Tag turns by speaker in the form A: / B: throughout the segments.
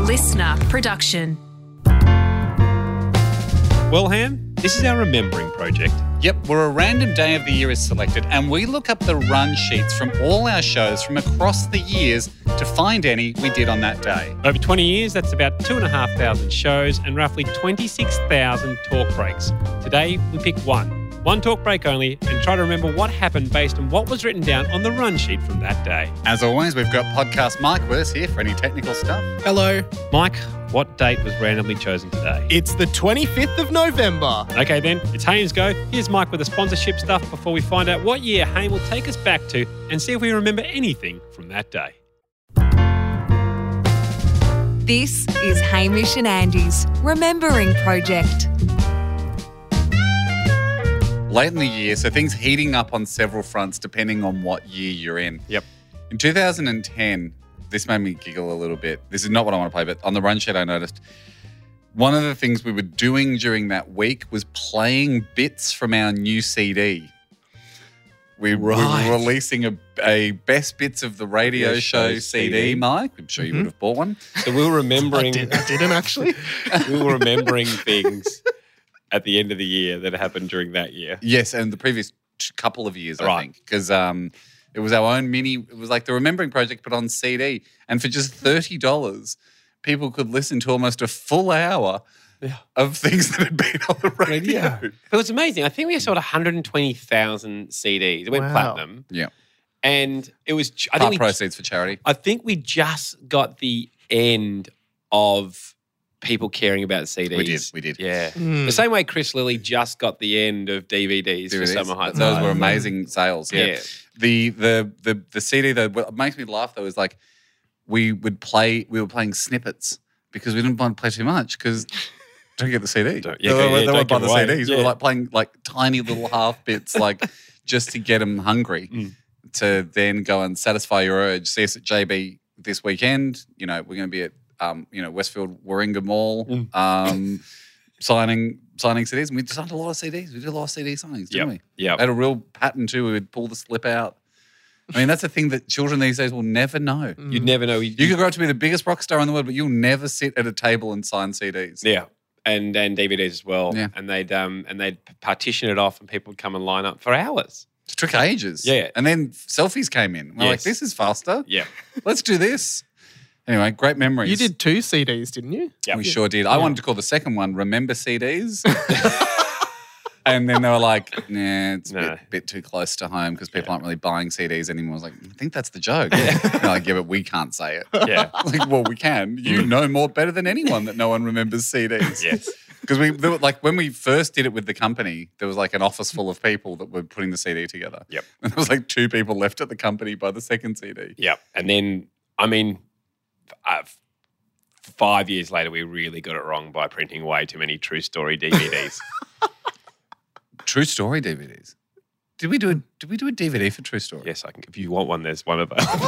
A: listener production.
B: Well, Ham, this is our remembering project.
C: Yep, where a random day of the year is selected, and we look up the run sheets from all our shows from across the years to find any we did on that day.
B: Over 20 years, that's about 2,500 shows and roughly 26,000 talk breaks. Today, we pick one. One talk break only and try to remember what happened based on what was written down on the run sheet from that day.
C: As always, we've got podcast Mike with us here for any technical stuff.
D: Hello,
B: Mike, what date was randomly chosen today?
D: it's the 25th of November.
B: Okay, then, it's Haynes Go. Here's Mike with the sponsorship stuff before we find out what year Hayne will take us back to and see if we remember anything from that day.
A: This is Hamish and Andy's Remembering Project.
C: Late in the year, so things heating up on several fronts depending on what year you're in.
B: Yep.
C: In 2010, this made me giggle a little bit. This is not what I want to play, but on the run sheet, I noticed one of the things we were doing during that week was playing bits from our new CD. We, we
D: Right.
C: were releasing a, a best bits of the radio
E: Yeah,
C: show
E: show
C: CD,
E: CD.
C: Mike. I'm sure you would have bought one.
E: So we were
D: I,
E: remembering
D: did, I didn't actually.
E: we were remembering things at the end of the year that happened during that year.
C: Yes, and the previous t- couple of years, I
E: Right.
C: think, because um, it was our own mini. It was like the Remembering Project, but on CD, and for just thirty dollars, people could listen to almost a full hour
E: Yeah.
C: of things that had been on the radio.
E: It was amazing. I think we sold 120,000 CDs. It went
D: Wow.
E: platinum.
C: Yeah.
E: And it was ju- I
C: Part
E: think we,
C: proceeds for charity.
E: I think we just got the end of people caring about CDs.
C: We did, we did.
E: Yeah.
D: Hmm.
E: The same way Chris Lilly just got the end of DVDs
C: There
E: for
C: it is.
E: Summer Heights.
C: Those
E: Live.
C: were amazing sales. Yeah.
E: Yeah.
C: The the the the CD though what makes me laugh though is like we would play we were playing snippets because we didn't want to play too much because don't get the CD.
E: Don't- yeah,
C: they
E: yeah,
C: were,
E: don't
C: they were
E: give
C: by the
E: away.
C: CDs. We were
E: Yeah.
C: like playing like tiny little half bits like just to get them hungry
E: Mm.
C: to then go and satisfy your urge. See us at JB this weekend. You know we're going to be at um, you know Westfield Warringah Mall.
E: Mm.
C: Um, signing signing CDs and we designed a lot of CDs. We did a lot of CD signings, didn't we?
E: Yeah.
C: had a real pattern too. We would pull the slip out. I mean, that's a thing that children these days will never know.
D: Hmm.
E: You'd never know.
C: You could grow up to be the biggest rock star in the world, but you'll never sit at a table and sign CDs.
E: Yeah. And and DVDs as well.
C: Yeah.
E: And they'd um and they'd partition it off and people would come and line up for hours.
C: It took ages.
E: Yeah.
C: And then selfies came in. We're like,
E: Yes.
C: this is faster.
E: Yeah.
C: Let's do this. Anyway, great memories.
D: You did two CDs, didn't you?
E: Yeah.
C: We sure did. I wanted to call the second one Remember CDs. and then they were like, nah, it's a
E: No.
C: bit, bit too close to home because people aren't really buying CDs anymore. I was like, I think that's the joke. They're like, yeah, but we can't say it.
E: Yeah.
C: like, well, we can. You know more better than anyone that no one remembers CDs.
E: yes.
C: Because we, there were- like, when we first did it with the company, there was like an office full of people that were putting the CD together.
E: Yep.
C: And there was like two people left at the company by the second CD.
E: Yeah. And then I mean uh, f- five years later we really got it wrong by printing way too many true story DVDs.
C: True Story DVDs. Did we do a, did we do a DVD for True Story?
E: yes, I can if you want one, there's one available.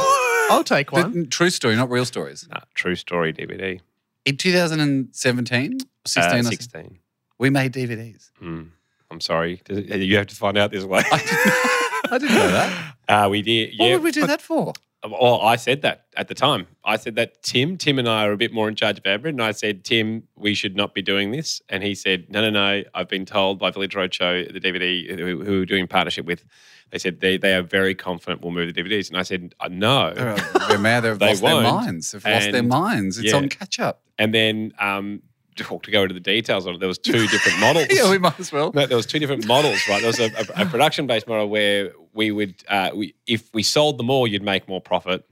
D: I'll take
C: The-
D: one.
C: true Story, not Real Stories.
E: Nah, Uh, true story DVD.
C: In 2017, 16,
E: Uh,
C: or
E: 16.
C: we made DVDs.
E: Mm. I'm sorry. Does it- you have to find out this way.
C: I didn't know that.
E: Uh, we did.
C: What
E: yeah.
C: would we do that for?
E: Well, I said that at the time. I said that Tim, Tim and I are a bit more in charge of Admin, and I said, Tim, we should not be doing this. And he said, No, no, no. I've been told by Village Roadshow, the DVD who who we're doing partnership with, they said they, they are very confident we'll move the DVDs. And I said, "Uh, No.
C: They're, they're mad. They've
E: They
C: lost their
E: won't.
C: minds. They've lost their
E: And-
C: minds. It's
E: yeah.
C: on catch up.
E: And then um, to to go into the details on it, there was two different models.
C: Yeah, we might as well.
E: No, there was two different models, right? There was a, a, a production-based model where we would, uh, we, if we sold them all, you'd make more profit.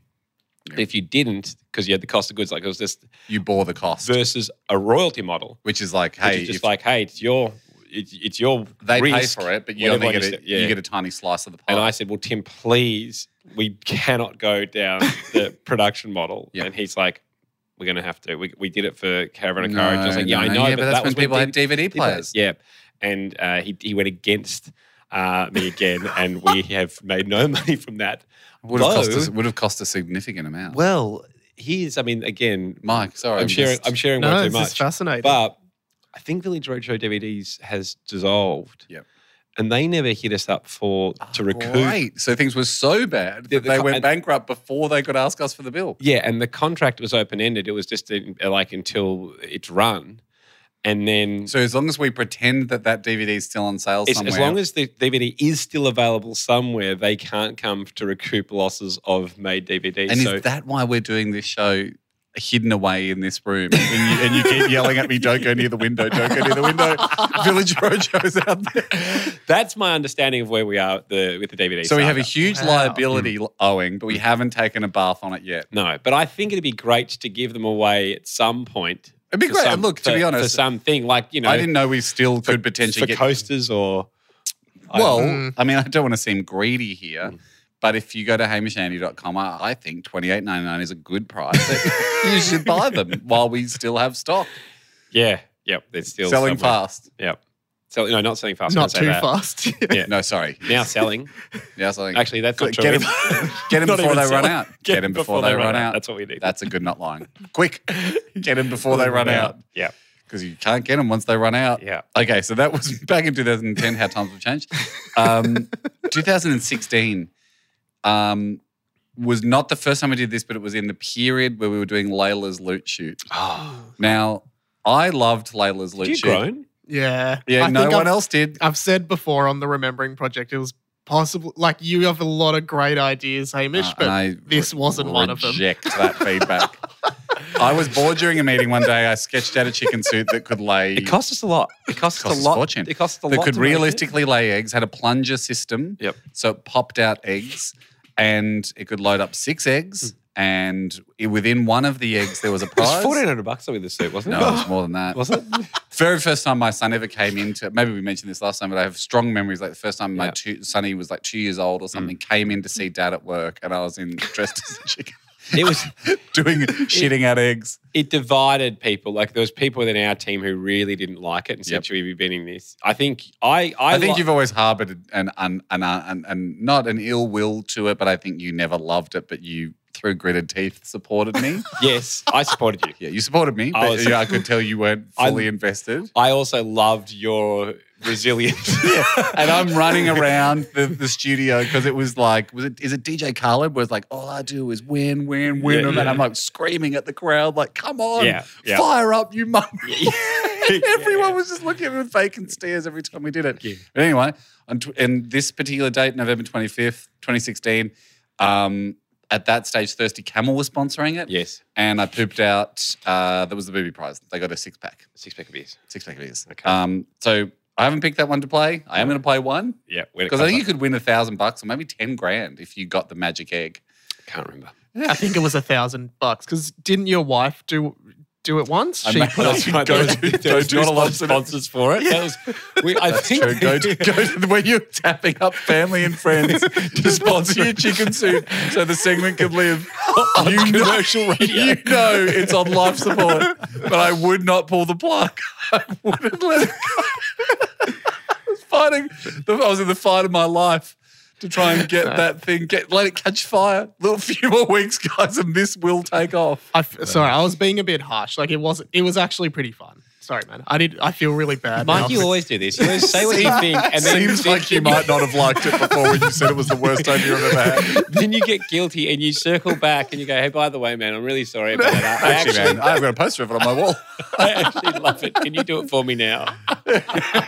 E: But if you didn't, because you had the cost of goods, like it was just
C: You bore the cost,
E: versus a royalty model,
C: which is like,
E: which
C: hey,
E: is just
C: if
E: like, hey, it's your, it's, it's your
C: they
E: risk,
C: pay for it, but you
E: whatever
C: only
E: I
C: get
E: just
C: a,
E: said, yeah.
C: you get a tiny slice of the pie.
E: And I said, well, Tim, please, we cannot go down the production model.
C: Yeah.
E: And he's like, we're going to have to. We, we did it for Caravan of Courage. I was like, yeah, I
C: no,
E: know,
C: yeah,
E: but,
C: that's
E: that
C: when
E: was
C: people
E: we
C: had
E: did-
C: DVD players.
E: Yeah. And uh, he, he went against uh, me again, and we have made no money from that.
C: Would have cost
E: Though-
C: us would have cost a significant amount.
E: Well, here's, I mean, again,
C: Mike, sorry,
E: I'm
C: I'm
E: sharing,
C: just-
E: I'm sharing
D: No,
E: way too
D: this
E: much.
D: is fascinating.
E: But I think Village Roadshow DVDs has dissolved.
C: Yep. Ah,
E: and they never hit us up for to recoup.
C: Great. So things were so bad
E: The-
C: that
E: the
C: they
E: co-
C: went
E: and-
C: bankrupt before they could ask us for the bill.
E: Yeah, and the contract was open ended. It was just in, uh, like until it's run, and then
C: So as long as we pretend that that DVD is still on sale
E: It's-
C: somewhere,
E: as long as the DVD is still available somewhere, they can't come to recoup losses of made DVDs.
C: and
E: so
C: is that why we're doing this show hidden away in this room? And you, and you keep yelling at me, "Don't go near the window! Don't go near the window!" Village Rojo's out there.
E: that's my understanding of where we are at the, with the DVD.
C: So we have a
E: saga.
C: huge
D: Wow.
C: liability owing, but we haven't taken a bath on it yet.
E: no, but I think it'd be great to give them away at some point.
C: It'd be
E: for
C: great.
E: some-
C: and look, to
E: for-
C: be
E: for
C: honest,
E: something like you know,
C: I didn't know we still could potentially
E: for
C: get
E: coasters or I
C: Well,
E: don't know.
D: Mm.
C: I mean, I don't want to seem greedy here, but if you go to hamishandy.com, I I think twenty eight ninety nine is a good price. you should buy them while we still have stock.
E: yeah, yep, they're still
C: Selling
E: somewhere.
C: fast.
E: Yep, Sell, no, not selling fast.
D: Not
E: can't say
D: too
E: that.
D: fast.
E: Yeah.
C: No, sorry.
E: Now selling.
C: Now selling.
E: Actually, that's not true.
C: get him, get him
E: Not
C: before
E: even
C: they run
E: selling.
C: out. Get, him before, they, run out.
E: That's what we need.
C: That's a good not lying. Quick, get him before they run out
E: Yeah,
C: because you can't get them once they run out.
E: yeah.
C: Okay, so that was back in 2010, how times have changed. Um, 2016 um, was not the first time I did this, but it was in the period where we were doing Layla's loot shoot. Now, I loved Layla's loot
E: Did you
C: shoot.
E: grown?
D: yeah.
C: Yeah,
D: I
C: no
D: think
C: one
D: I've,
C: else did.
D: I've said before on the Remembering Project, it was possible. Like, you have a lot of great ideas, Hamish,
C: Uh,
D: but
C: and I
D: this wasn't one of them.
C: Reject that feedback. I was bored during a meeting one day. I sketched out a chicken suit that could lay.
E: It cost us a lot. It cost us
C: cost
E: a
C: us
E: lot.
C: fortune.
E: It cost us a
C: that
E: lot.
C: could
E: to make it.
C: realistically lay eggs, had a plunger system.
E: Yep.
C: So it popped out eggs and it could load up six eggs. And i- within one of the eggs, there was a
E: Hmm. It was
C: prize.
E: fourteen hundred bucks with the suit, wasn't
C: no,
E: it?
C: it was more than that.
E: was it?
C: Very first time my son ever came into maybe we mentioned this last time, but I have strong memories. Like the first time my
E: Yeah. Mm.
C: two, son, he was like two years old or something, came in to see dad at work, and I was in dressed as a chicken,
E: It was.
C: doing shitting out eggs.
E: It divided people. Like there was people within our team who really didn't like it and said,
C: Yep.
E: "Should we be bidding this?" I think I. I,
C: I, think
E: li-
C: you've always harbored an, an, an, an, an not an ill will to it, but I think you never loved it, but you through gritted teeth supported me.
E: Yes, I supported you.
C: yeah, you supported me,
E: I
C: but
E: was-
C: yeah, I could tell you weren't
E: I-
C: fully invested.
E: I also loved your resilience.
C: And I'm running around the, the studio because it was like, was it is it DJ Khaled was like, all I do is win, win, win,
E: Yeah,
C: and then
E: yeah.
C: I'm like screaming at the crowd, like, come on,
E: Yeah, yeah.
C: fire up, you mum. Everyone
E: Yeah.
C: was just looking at me with vacant stares every time we did it.
E: Yeah.
C: But anyway, on tw- and this particular date, November 25th, 2016, um, at that stage, Thirsty Camel was sponsoring it.
E: yes,
C: And I pooped out, uh, that was the booby prize. They got a six pack,
E: six pack of beers.
C: six pack of these.
E: Okay.
C: Um, so I haven't picked that one to play. I am going to play one
E: Yeah, when it
C: because I
E: comes
C: think you could win a thousand bucks or maybe 10 grand if you got the magic egg.
E: up. can't remember.
D: I think it was a thousand bucks. Because didn't your wife do do it once?
C: I
D: She
C: may-
D: put
C: That's
D: us.
C: right, Go
E: There's-
C: do- go
E: there's
C: do
E: not a lot of
C: sponsor-
E: sponsors for it. That was, we, I think
C: Sure, go to, go to when you're tapping up family and friends to sponsor your chicken soup so the segment could live on commercial radio. You know it's on life support, but I would not pull the plug. I wouldn't let it go. I was fighting. The, I was in the fight of my life to try and get that thing, get let it catch fire. little few more weeks, guys, and this will take off.
D: I f- sorry, I was being a bit harsh. Like it was. It was actually pretty fun. Sorry, man. I did. I feel really bad. now.
E: Mike, you always do this. You always say what you think, and then
C: Seems like you might not have liked it before when you said it was the worst idea I've ever had.
E: then you get guilty, and you circle back, and you go, "Hey, by the way, man, I'm really sorry about that. I
C: Actually,
E: actually,
C: man, I've got a poster of it on my wall.
E: I actually love it. Can you do it for me now?"
C: no.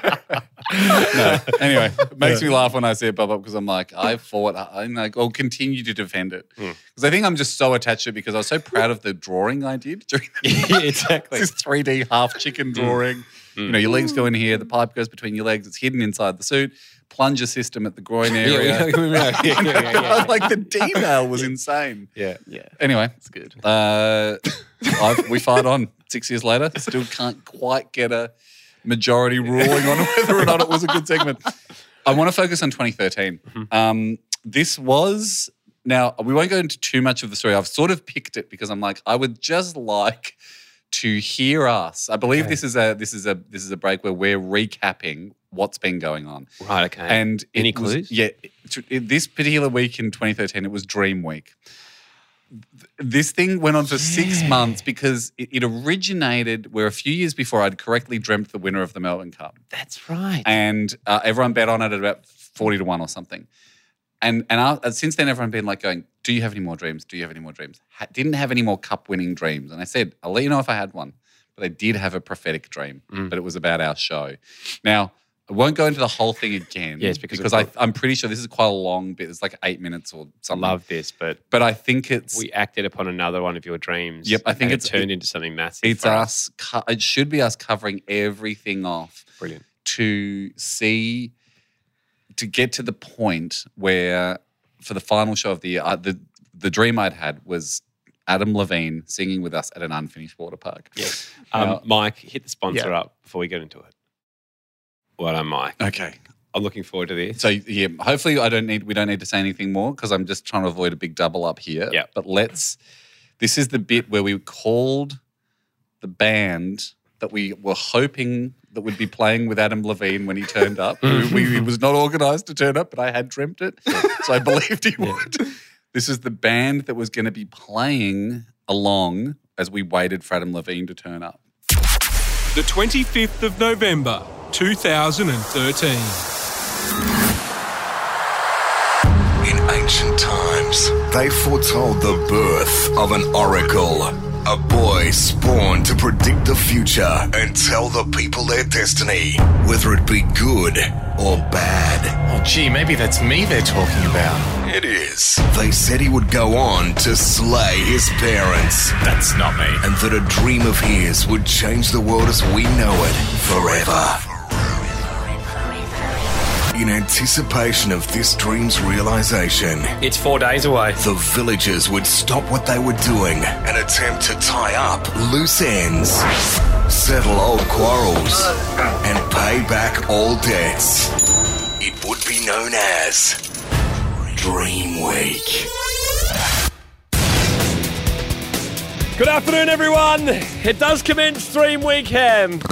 C: Anyway, it makes me laugh when I see it pop up because I'm like, I fought. I'm like, I'll continue to defend it
E: Hmm.
C: because I think I'm just so attached to it because I was so proud of the drawing I did during the
E: yeah, exactly. Hmm.
C: this 3D half chicken drawing. You know, your legs go in here, the pipe goes between your legs, it's hidden inside the suit, plunger system at the groin
E: Yeah, we-
C: area.
E: yeah, yeah, yeah, yeah,
C: like the detail was insane.
E: yeah.
D: Yeah,
C: Anyway,
D: it's good.
C: uh, I've, we fired on six years later. Still can't quite get a majority ruling on whether or not it was a good segment. I want to focus on 2013. Um, this was now we won't go into too much of the story. I've sort of picked it because I'm like I would just like to hear us. I believe
E: Okay.
C: this is a this is a this is a break where we're recapping what's been going on.
E: Right. Okay.
C: And it
E: Any
C: was-
E: clues?
C: yeah, it- it- this particular week in 2013, it was Dream Week. this thing went on for six months because it, it originated where a few years before I'd correctly dreamt the winner of the Melbourne Cup,
F: That's right.
C: and uh, everyone bet on it at about forty to one or something. And and I, and since then, everyone been like going, "Do you have any more dreams? Do you have any more dreams?" Ha- didn't have any more cup winning dreams, and I said, "I'll let you know if I had one." But I did have a prophetic dream,
F: Mm.
C: but it was about our show. Now. I won't go into the whole thing again.
F: Yes, because
C: because I,
F: it's-
C: I'm pretty sure this is quite a long bit. It's like eight minutes or
F: I
C: something.
F: love this, but
C: But I think it's
F: we acted upon another one of your dreams.
C: Yep, I think
F: and it
C: it's-
F: turned into something massive.
C: It's
F: for
C: us. co- It should be us covering everything off
F: Brilliant.
C: to see to get to the point where for the final show of the year, uh, the the dream I'd had was Adam Levine singing with us at an unfinished water park.
F: Yes. Um,
C: Now-
F: Mike, hit the sponsor up before we get into it. Well done, Mike.
C: Okay.
F: I'm looking forward to this.
C: So yeah, hopefully I don't need we don't need to say anything more because I'm just trying to avoid a big double up here.
F: Yep.
C: But let's. This is the bit where we called the band that we were hoping that would be playing with Adam Levine when he turned up. we, we- he was not organised to turn up, but I had dreamt it, so I believed he would. This is the band that was going to be playing along as we waited for Adam Levine to turn up.
G: The 25th of November, 2013.
H: In ancient times, they foretold the birth of an oracle, a boy spawned to predict the future and tell the people their destiny, whether it be good or bad.
I: Oh, gee, maybe that's me they're talking about.
H: It is. They said he would go on to slay his parents,
I: That's not me.
H: and that a dream of his would change the world as we know it forever. In anticipation of this dream's realization,
I: It's four days away.
H: The villagers would stop what they were doing and attempt to tie up loose ends, settle old quarrels, and pay back all debts. It would be known as Dream Week.
F: Good afternoon, everyone. It does commence Dream Weekend.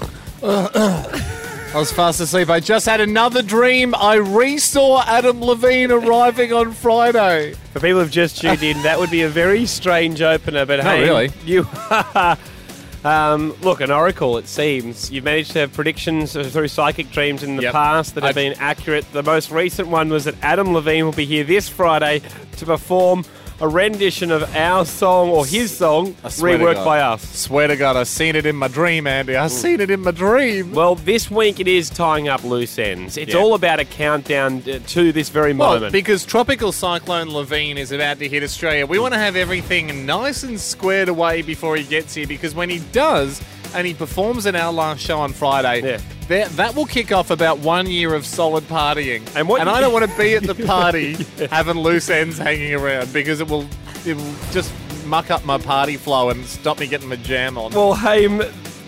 D: I was fast asleep. I just had another dream. I re-saw Adam Levine arriving on Friday.
F: For people who've just tuned in, that would be a very strange opener, but hey,
D: really.
F: you Um, look, an oracle, it seems. You've managed to have predictions through psychic dreams in the
D: Yep.
F: past that have
D: I've-
F: been accurate. The most recent one was that Adam Levine will be here this Friday to perform a rendition of our song or his song,
D: I swear to
F: reworked
D: God.
F: by us.
D: Swear to God, I seen it in my dream, Andy. I seen it in my dream.
F: Well, this week it is tying up loose ends. It's all about a countdown uh, to this very moment.
D: Well, because tropical cyclone Levine is about to hit Australia, we want to have everything nice and squared away before he gets here. Because when he does, and he performs in our last show on Friday,
F: Yeah.
D: there- that will kick off about one year of solid partying.
F: And what you-
D: I don't want to be at the party having loose ends hanging around because it will it will just muck up my party flow and stop me getting my jam on.
F: well, hey, m-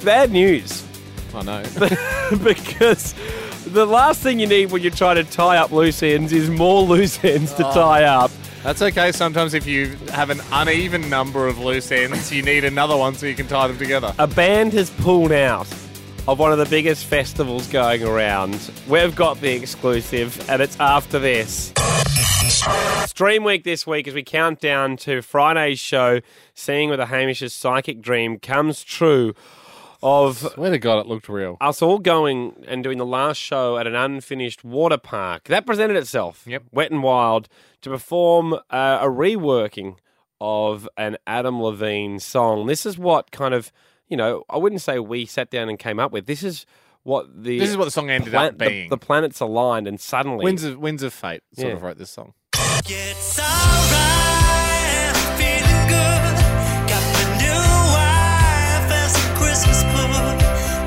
F: bad news.
D: I know.
F: because the last thing you need when you're trying to tie up loose ends is more loose ends to
D: Oh.
F: tie up.
D: That's okay. Sometimes if you have an uneven number of loose ends, you need another one so you can tie them together.
F: A band has pulled out of one of the biggest festivals going around. We've got the exclusive, and it's after this. Stream week this week as we count down to Friday's show, seeing whether Hamish's psychic dream comes true of
D: Swear to God, it looked real.
F: us all going and doing the last show at an unfinished water park. That presented itself,
D: Yep.
F: wet and wild, to perform uh, a reworking of an Adam Levine song. This is what kind of, you know, I wouldn't say we sat down and came up with. This is what the
D: This is what the song ended
F: pla-
D: up being.
F: The, the planets aligned and suddenly
D: Winds of Winds of Fate sort
F: Yeah.
D: of wrote this song.
J: It's alright, I'm feeling good. Got the new wife as a Christmas put.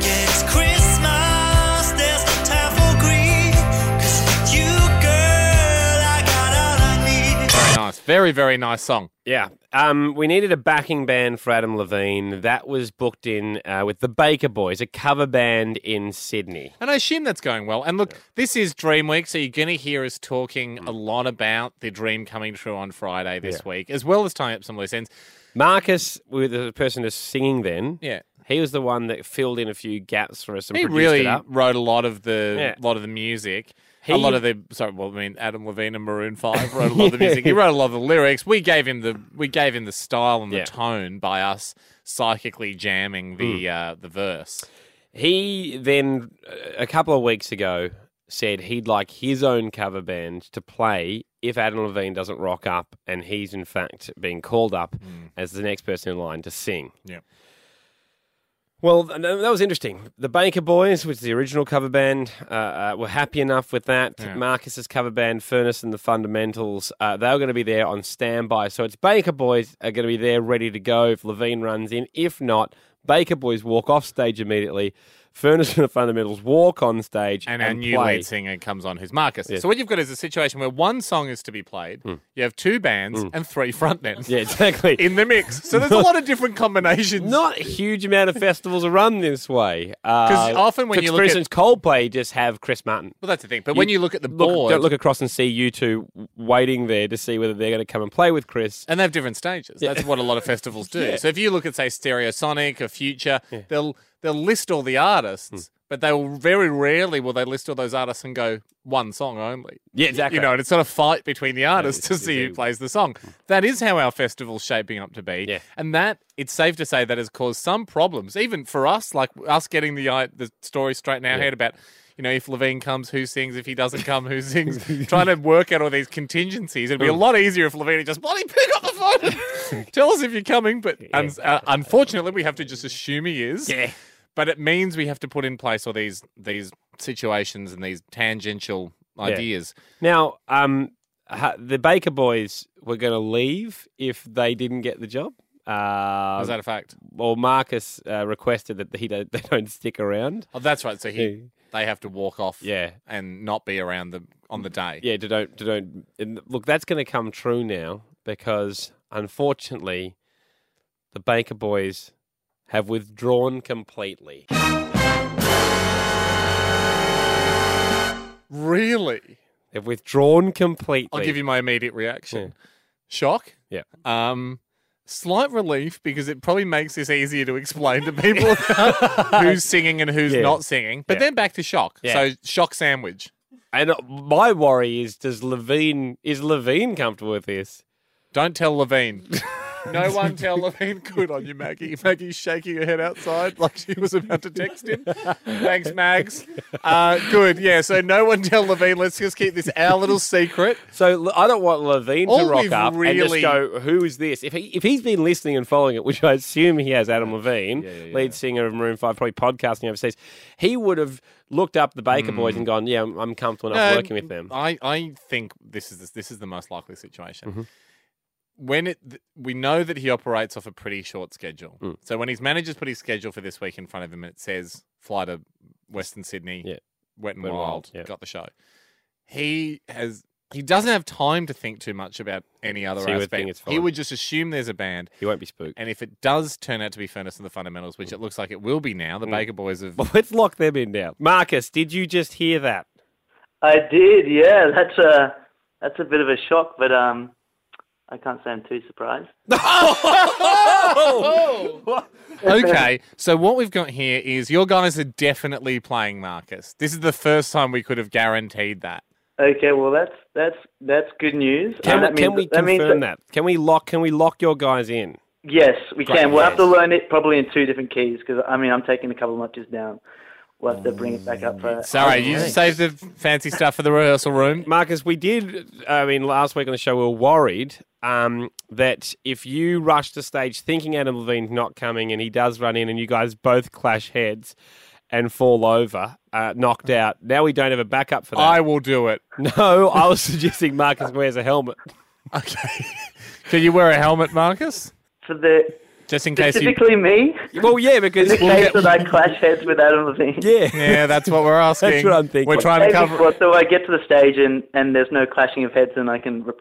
J: Yeah, it's Christmas, there's no time for greed. 'Cause with you, girl, I got all I need.
D: Very nice. Very very nice song.
F: Yeah. Um, we needed a backing band for Adam Levine. That was booked in uh, with the Baker Boys, a cover band in Sydney.
D: And I assume that's going well. And look, this is Dream Week, so you're going to hear us talking
F: Mm.
D: a lot about the dream coming true on Friday this week, as well as tying up some loose ends.
F: Marcus, with the person who's singing then.
D: Yeah.
F: He was the one that filled in a few gaps for us and
D: He
F: produced
D: really
F: it up.
D: wrote a lot of the
F: Yeah.
D: lot of the music. a lot of the sorry, well, I mean Adam Levine and Maroon Five wrote a lot of the music. He wrote a lot of the lyrics. We gave him the we gave him the style and the
F: Yeah.
D: tone by us psychically jamming the
F: Mm.
D: uh, the verse.
F: He then, uh, a couple of weeks ago, said he'd like his own cover band to play if Adam Levine doesn't rock up, and he's in fact being called up
D: Hmm.
F: as the next person in line to sing.
D: Yep.
F: Well, th- th- that was interesting. The Baker Boys, which is the original cover band, uh, uh, were happy enough with that. Marcus's cover band, Furnace and the Fundamentals, uh, they were going to be there on standby. So it's Baker Boys are going to be there ready to go if Levine runs in. If not, Baker Boys walk off stage immediately. Furnace and the Fundamentals walk on stage
D: And
F: and,
D: our new
F: play.
D: lead singer comes on, who's Marcus.
F: Yes.
D: So what you've got is a situation where one song is to be played. You have two bands and three frontmen
F: Hmm. Yeah, exactly.
D: in the mix. So there's a lot of different combinations.
F: Not a huge amount of festivals are run this way.
D: 'Cause often when you look
F: for
D: at-
F: instance, Coldplay just have Chris Martin.
D: Well, that's the thing. But when you look at the board,
F: don't look across and see you two waiting there to see whether they're going to come and play with Chris.
D: And they have different stages.
F: Yeah.
D: That's what a lot of festivals do.
F: Yeah.
D: So if you look at say Stereosonic or Future, they'll they'll list all the artists,
F: Hmm.
D: but they'll very rarely will they list all those artists and go one song only.
F: Yeah, exactly. Hmm.
D: You know, and it's not a fight between the artists to see who plays the song. That is how our festival's shaping up to be.
F: Yeah.
D: And that it's safe to say that has caused some problems, even for us, like us getting the i- the story straight in our head about you know, if Levine comes, who sings? If he doesn't come, who sings? Trying to work out all these contingencies. It'd be a
F: Mm.
D: lot easier if Levine had just bloody pick up the phone and tell us if you're coming. But un- uh, unfortunately, we have to just assume he is.
F: Yeah.
D: But it means we have to put in place all these these situations and these tangential ideas.
F: Now, um, ha- the Baker Boys were going to leave if they didn't get the job. Uh,
D: Is that a fact?
F: well, Marcus uh, requested that he don't, they don't stick around.
D: Oh, that's right. So he, they have to walk off.
F: Yeah. Mm.
D: And not be around them on the day.
F: Yeah, to don't, to don't. And look, that's going to come true now because unfortunately, the Baker Boys have withdrawn completely.
D: Really?
F: They've withdrawn completely.
D: I'll give you my immediate reaction. Shock.
F: Yeah.
D: Um, slight relief because it probably makes this easier to explain to people who's singing and who's
F: Yeah.
D: not singing. But
F: Yeah.
D: then back to shock.
F: Yeah.
D: So shock sandwich.
F: And my worry is, does Levine is Levine comfortable with this?
D: Don't tell Levine. No one tell Levine. Good on you, Maggie. Maggie's shaking her head outside like she was about to text him. Thanks, Mags. Uh, good. Yeah. So no one tell Levine. Let's just keep this our little secret.
F: So l- I don't want Levine
D: All
F: to rock
D: we've
F: up and just
D: really-
F: go, "Who is this?" If he if he's been listening and following it, which I assume he has, Adam Levine, lead singer of Maroon Five, probably podcasting overseas, he would have looked up the Baker Boys and gone, "Yeah, I'm, I'm comfortable
D: Mm.
F: enough
D: No,
F: working with them."
D: Um, I, I think this is this is the most likely situation.
F: Mm-hmm.
D: When it th- we know that he operates off a pretty short schedule,
F: Mm.
D: so when his manager's put his schedule for this week in front of him, and it says fly to Western Sydney,
F: Yeah.
D: wet and
F: Wet
D: wild,
F: and Wild, yeah.
D: got the show. He has he doesn't have time to think too much about any other
F: So he would
D: aspect.
F: think it's
D: he
F: fine.
D: would just assume there's a band.
F: He won't be spooked.
D: And if it does turn out to be Furnace and the Fundamentals, which it looks like it will be now,
F: Mm.
D: the Baker Boys have
F: Well, let's lock them in now. Marcus, did you just hear that?
K: I did, yeah. That's a that's a bit of a shock, but um, I can't say I'm too surprised.
D: okay, so what we've got here is your guys are definitely playing Marcus. This is the first time we could have guaranteed that.
K: Okay, well that's that's that's good news.
F: Can,
K: And that
F: can
K: means-
F: we
K: that means
F: confirm that, Can we lock? Can we lock your guys in?
K: Yes, we
F: Great,
K: can. We'll have to
F: yes.
K: learn it probably in two different keys because I mean I'm taking a couple notches down. We'll have to bring it back up for.
D: Sorry,
F: Oh,
D: you saved the fancy stuff for the rehearsal room.
F: Marcus, we did. I mean, last week on the show, we were worried um, that if you rush to stage thinking Adam Levine's not coming and he does run in and you guys both clash heads and fall over, uh, knocked out, now we don't have a backup for that.
D: I will do it.
F: no, I was suggesting Marcus wears a helmet.
D: Okay. Can you wear a helmet, Marcus?
K: for the
D: Just in case you.
K: specifically me,
F: Well, yeah, because.
K: the case that I clash heads with Adam Levine.
F: yeah.
D: Yeah, that's what we're asking.
F: That's what I'm thinking.
D: We're trying
K: Hey,
D: to cover.
K: before- so I get to the stage and, and there's no clashing of heads and I can re-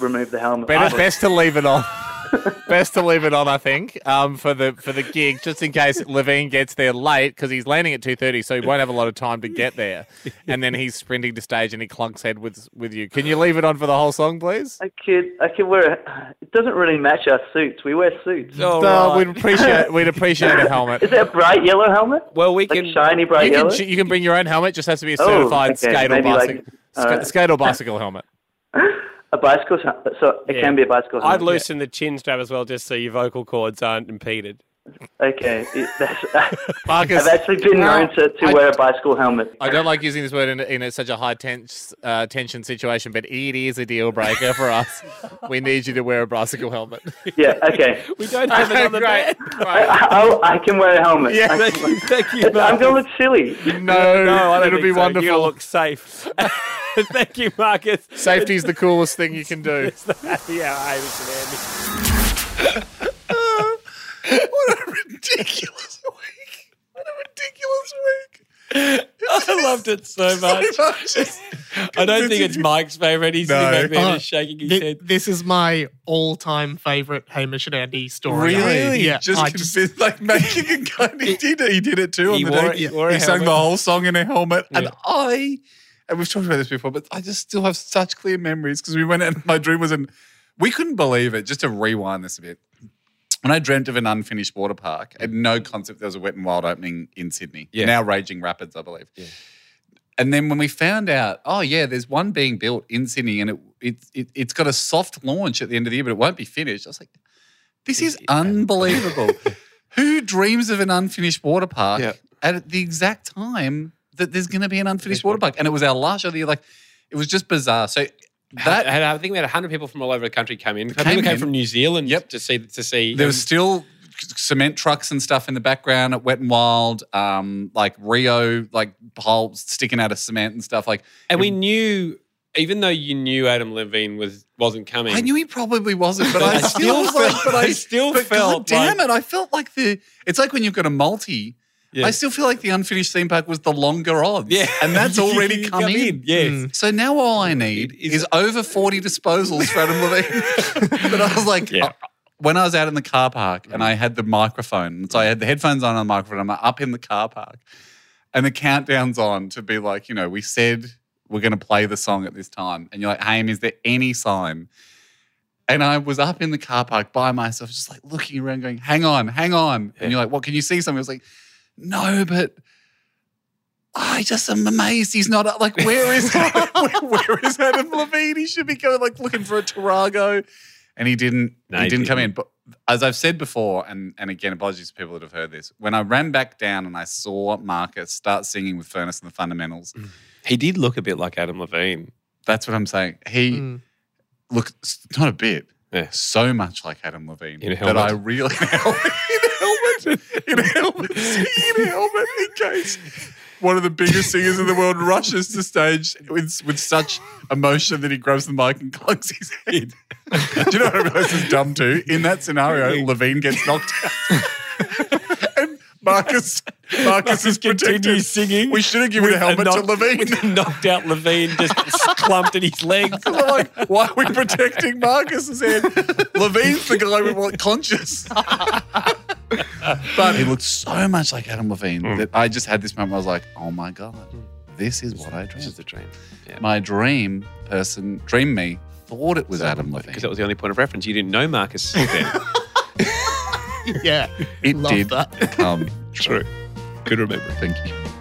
K: remove the helmet.
D: Better, best to leave it on. best to leave it on, I think, um, for the for the gig, just in case Levine gets there late because he's landing at two thirty, so he won't have a lot of time to get there. And then he's sprinting to stage and he clunks head with with you. Can you leave it on for the whole song, please?
K: I could I could wear. A, it doesn't really match our suits. We wear suits.
F: All
D: No, Uh,
F: right.
D: we'd appreciate we'd appreciate a helmet.
K: Is it a bright yellow helmet?
F: Well, we
K: Like
F: can.
K: shiny bright
D: You can,
K: yellow.
D: ch- you can bring your own helmet. Just has to be a
K: Oh,
D: certified
K: okay,
D: skate or
K: maybe
D: busing.
K: like-
D: Ska-
K: uh, All right.
D: Skate or bicycle helmet?
K: A bicycle, so- so it can be a bicycle.
L: I'd
K: helmet, yeah.
L: loosen the chin strap as well, just so your vocal cords aren't impeded.
K: Okay, it- that's, I've actually been known to, to wear a bicycle helmet.
D: I don't like using this word in, in such a high tense, uh, tension situation, but it is a deal breaker for us. we need you to wear a bicycle helmet.
K: Yeah, okay.
L: We don't have it on the
D: Great.
K: I, I, I can wear a helmet.
L: Yeah,
K: I can
L: thank
K: wear-
L: you, thank you.
K: I'm
L: Marcus.
K: going to look silly.
D: No,
F: Oh,
L: no, I don't
D: it'll
L: think
D: be
L: so.
D: wonderful.
L: You'll look safe. thank you, Marcus.
D: Safety's the coolest thing you can do.
L: It's the happy hour, Hamish and Andy.
J: what a ridiculous week. What a ridiculous week.
F: I loved it so much. I don't think it's Mike's favourite. He's sitting back there
M: Oh,
F: just shaking his
M: thi-
F: head.
M: This is my all-time favorite Hamish and Andy story.
C: Really?
M: Yeah.
C: Just,
M: I
C: convinced- like making a gun. He did it. He did it too.
M: He
C: on the
M: wore
C: day.
M: it- he wore a
C: he sang the
M: helmet.
C: whole song in a helmet, and
M: Yeah.
C: I. And we've talked about this before, but I just still have such clear memories because we went and my dream was in. We couldn't believe it. Just to rewind this a bit, when I dreamt of an unfinished water park, I had no concept there was a wet and wild opening in Sydney.
F: Yeah.
C: Now Raging Rapids, I believe. And then when we found out, oh yeah, there's one being built in Sydney, and it, it, it it's got a soft launch at the end of the year, but it won't be finished. I was like, this is unbelievable. Who dreams of an unfinished water park at the exact time that there's going to be an unfinished water park? And it was our last show of the year. Like, it was just bizarre. So
F: That,
C: that
F: and I think we had 100 people from all over the country come in. People
C: Came
F: came,
C: in.
F: from New Zealand yep. to see. To see
C: there was still cement trucks and stuff in the background at Wet and Wild, um, like Rio, like poles sticking out of cement and stuff. Like,
F: and we knew, even though you knew Adam Levine was, wasn't coming.
C: I knew he probably wasn't, but,
F: But
C: I
F: I
C: still
F: still
C: felt.
F: felt-
C: But
F: I
C: I,
F: still
C: but
F: felt
C: God damn
F: like-
C: it! I felt like the. It's like when you've got a multi.
F: Yeah.
C: I still feel like the unfinished theme park was the longer odds. Yeah. And that's already
F: You
C: come,
F: come
C: in.
F: in, yes.
C: So now all I need is, over 40 disposals for Adam Levine. but I was like, uh, when I was out in the car park and I had the microphone, so I had the headphones on and the microphone, I'm up in the car park and the countdown's on to be like, you know, we said we're going to play the song at this time. And you're like, Haim, is there any sign? And I was up in the car park by myself, just like looking around, going, hang on, hang on. And you're like, what can you see? Something I was like, no, but I just am amazed he's not up. Like, where is where, where is Adam Levine? He should be going like looking for a Tarago. And he didn't.
F: No,
C: he,
F: he
C: didn't come in.
F: didn't.
C: But as I've said before, and and again, apologies to people that have heard this. When I ran back down and I saw Marcus start singing with Furnace and the Fundamentals,
F: He did look a bit like Adam Levine.
C: that's what I'm saying. He
M: Mm.
C: look s- not a bit.
F: Yeah.
C: So much like Adam Levine
F: In a
C: that I
F: helmet.
C: really in a helmet, in a helmet, in a helmet, in case one of the biggest singers in the world rushes to stage with, with such emotion that he grabs the mic and clunks his head. Do you know what I realize is dumb too? In that scenario, Levine gets knocked out. and Marcus Marcus, is protected.
F: singing.
C: We should have given a helmet to Levine.
F: knocked out Levine just clumped in his legs.
C: I'm like, why are we protecting Marcus's head? Levine's the guy we want conscious. but he looked so much like Adam Levine that I just had this moment. where I was like, oh my God, this is what I dreamed. This is the
F: dream.
C: My dream person, dream me, thought it was Adam Levine.
F: Because that was the only point of reference. You didn't know Marcus then.
M: just- yeah.
C: It
M: Love
C: did
M: that.
C: come
F: True. Good remember.
C: Thank you.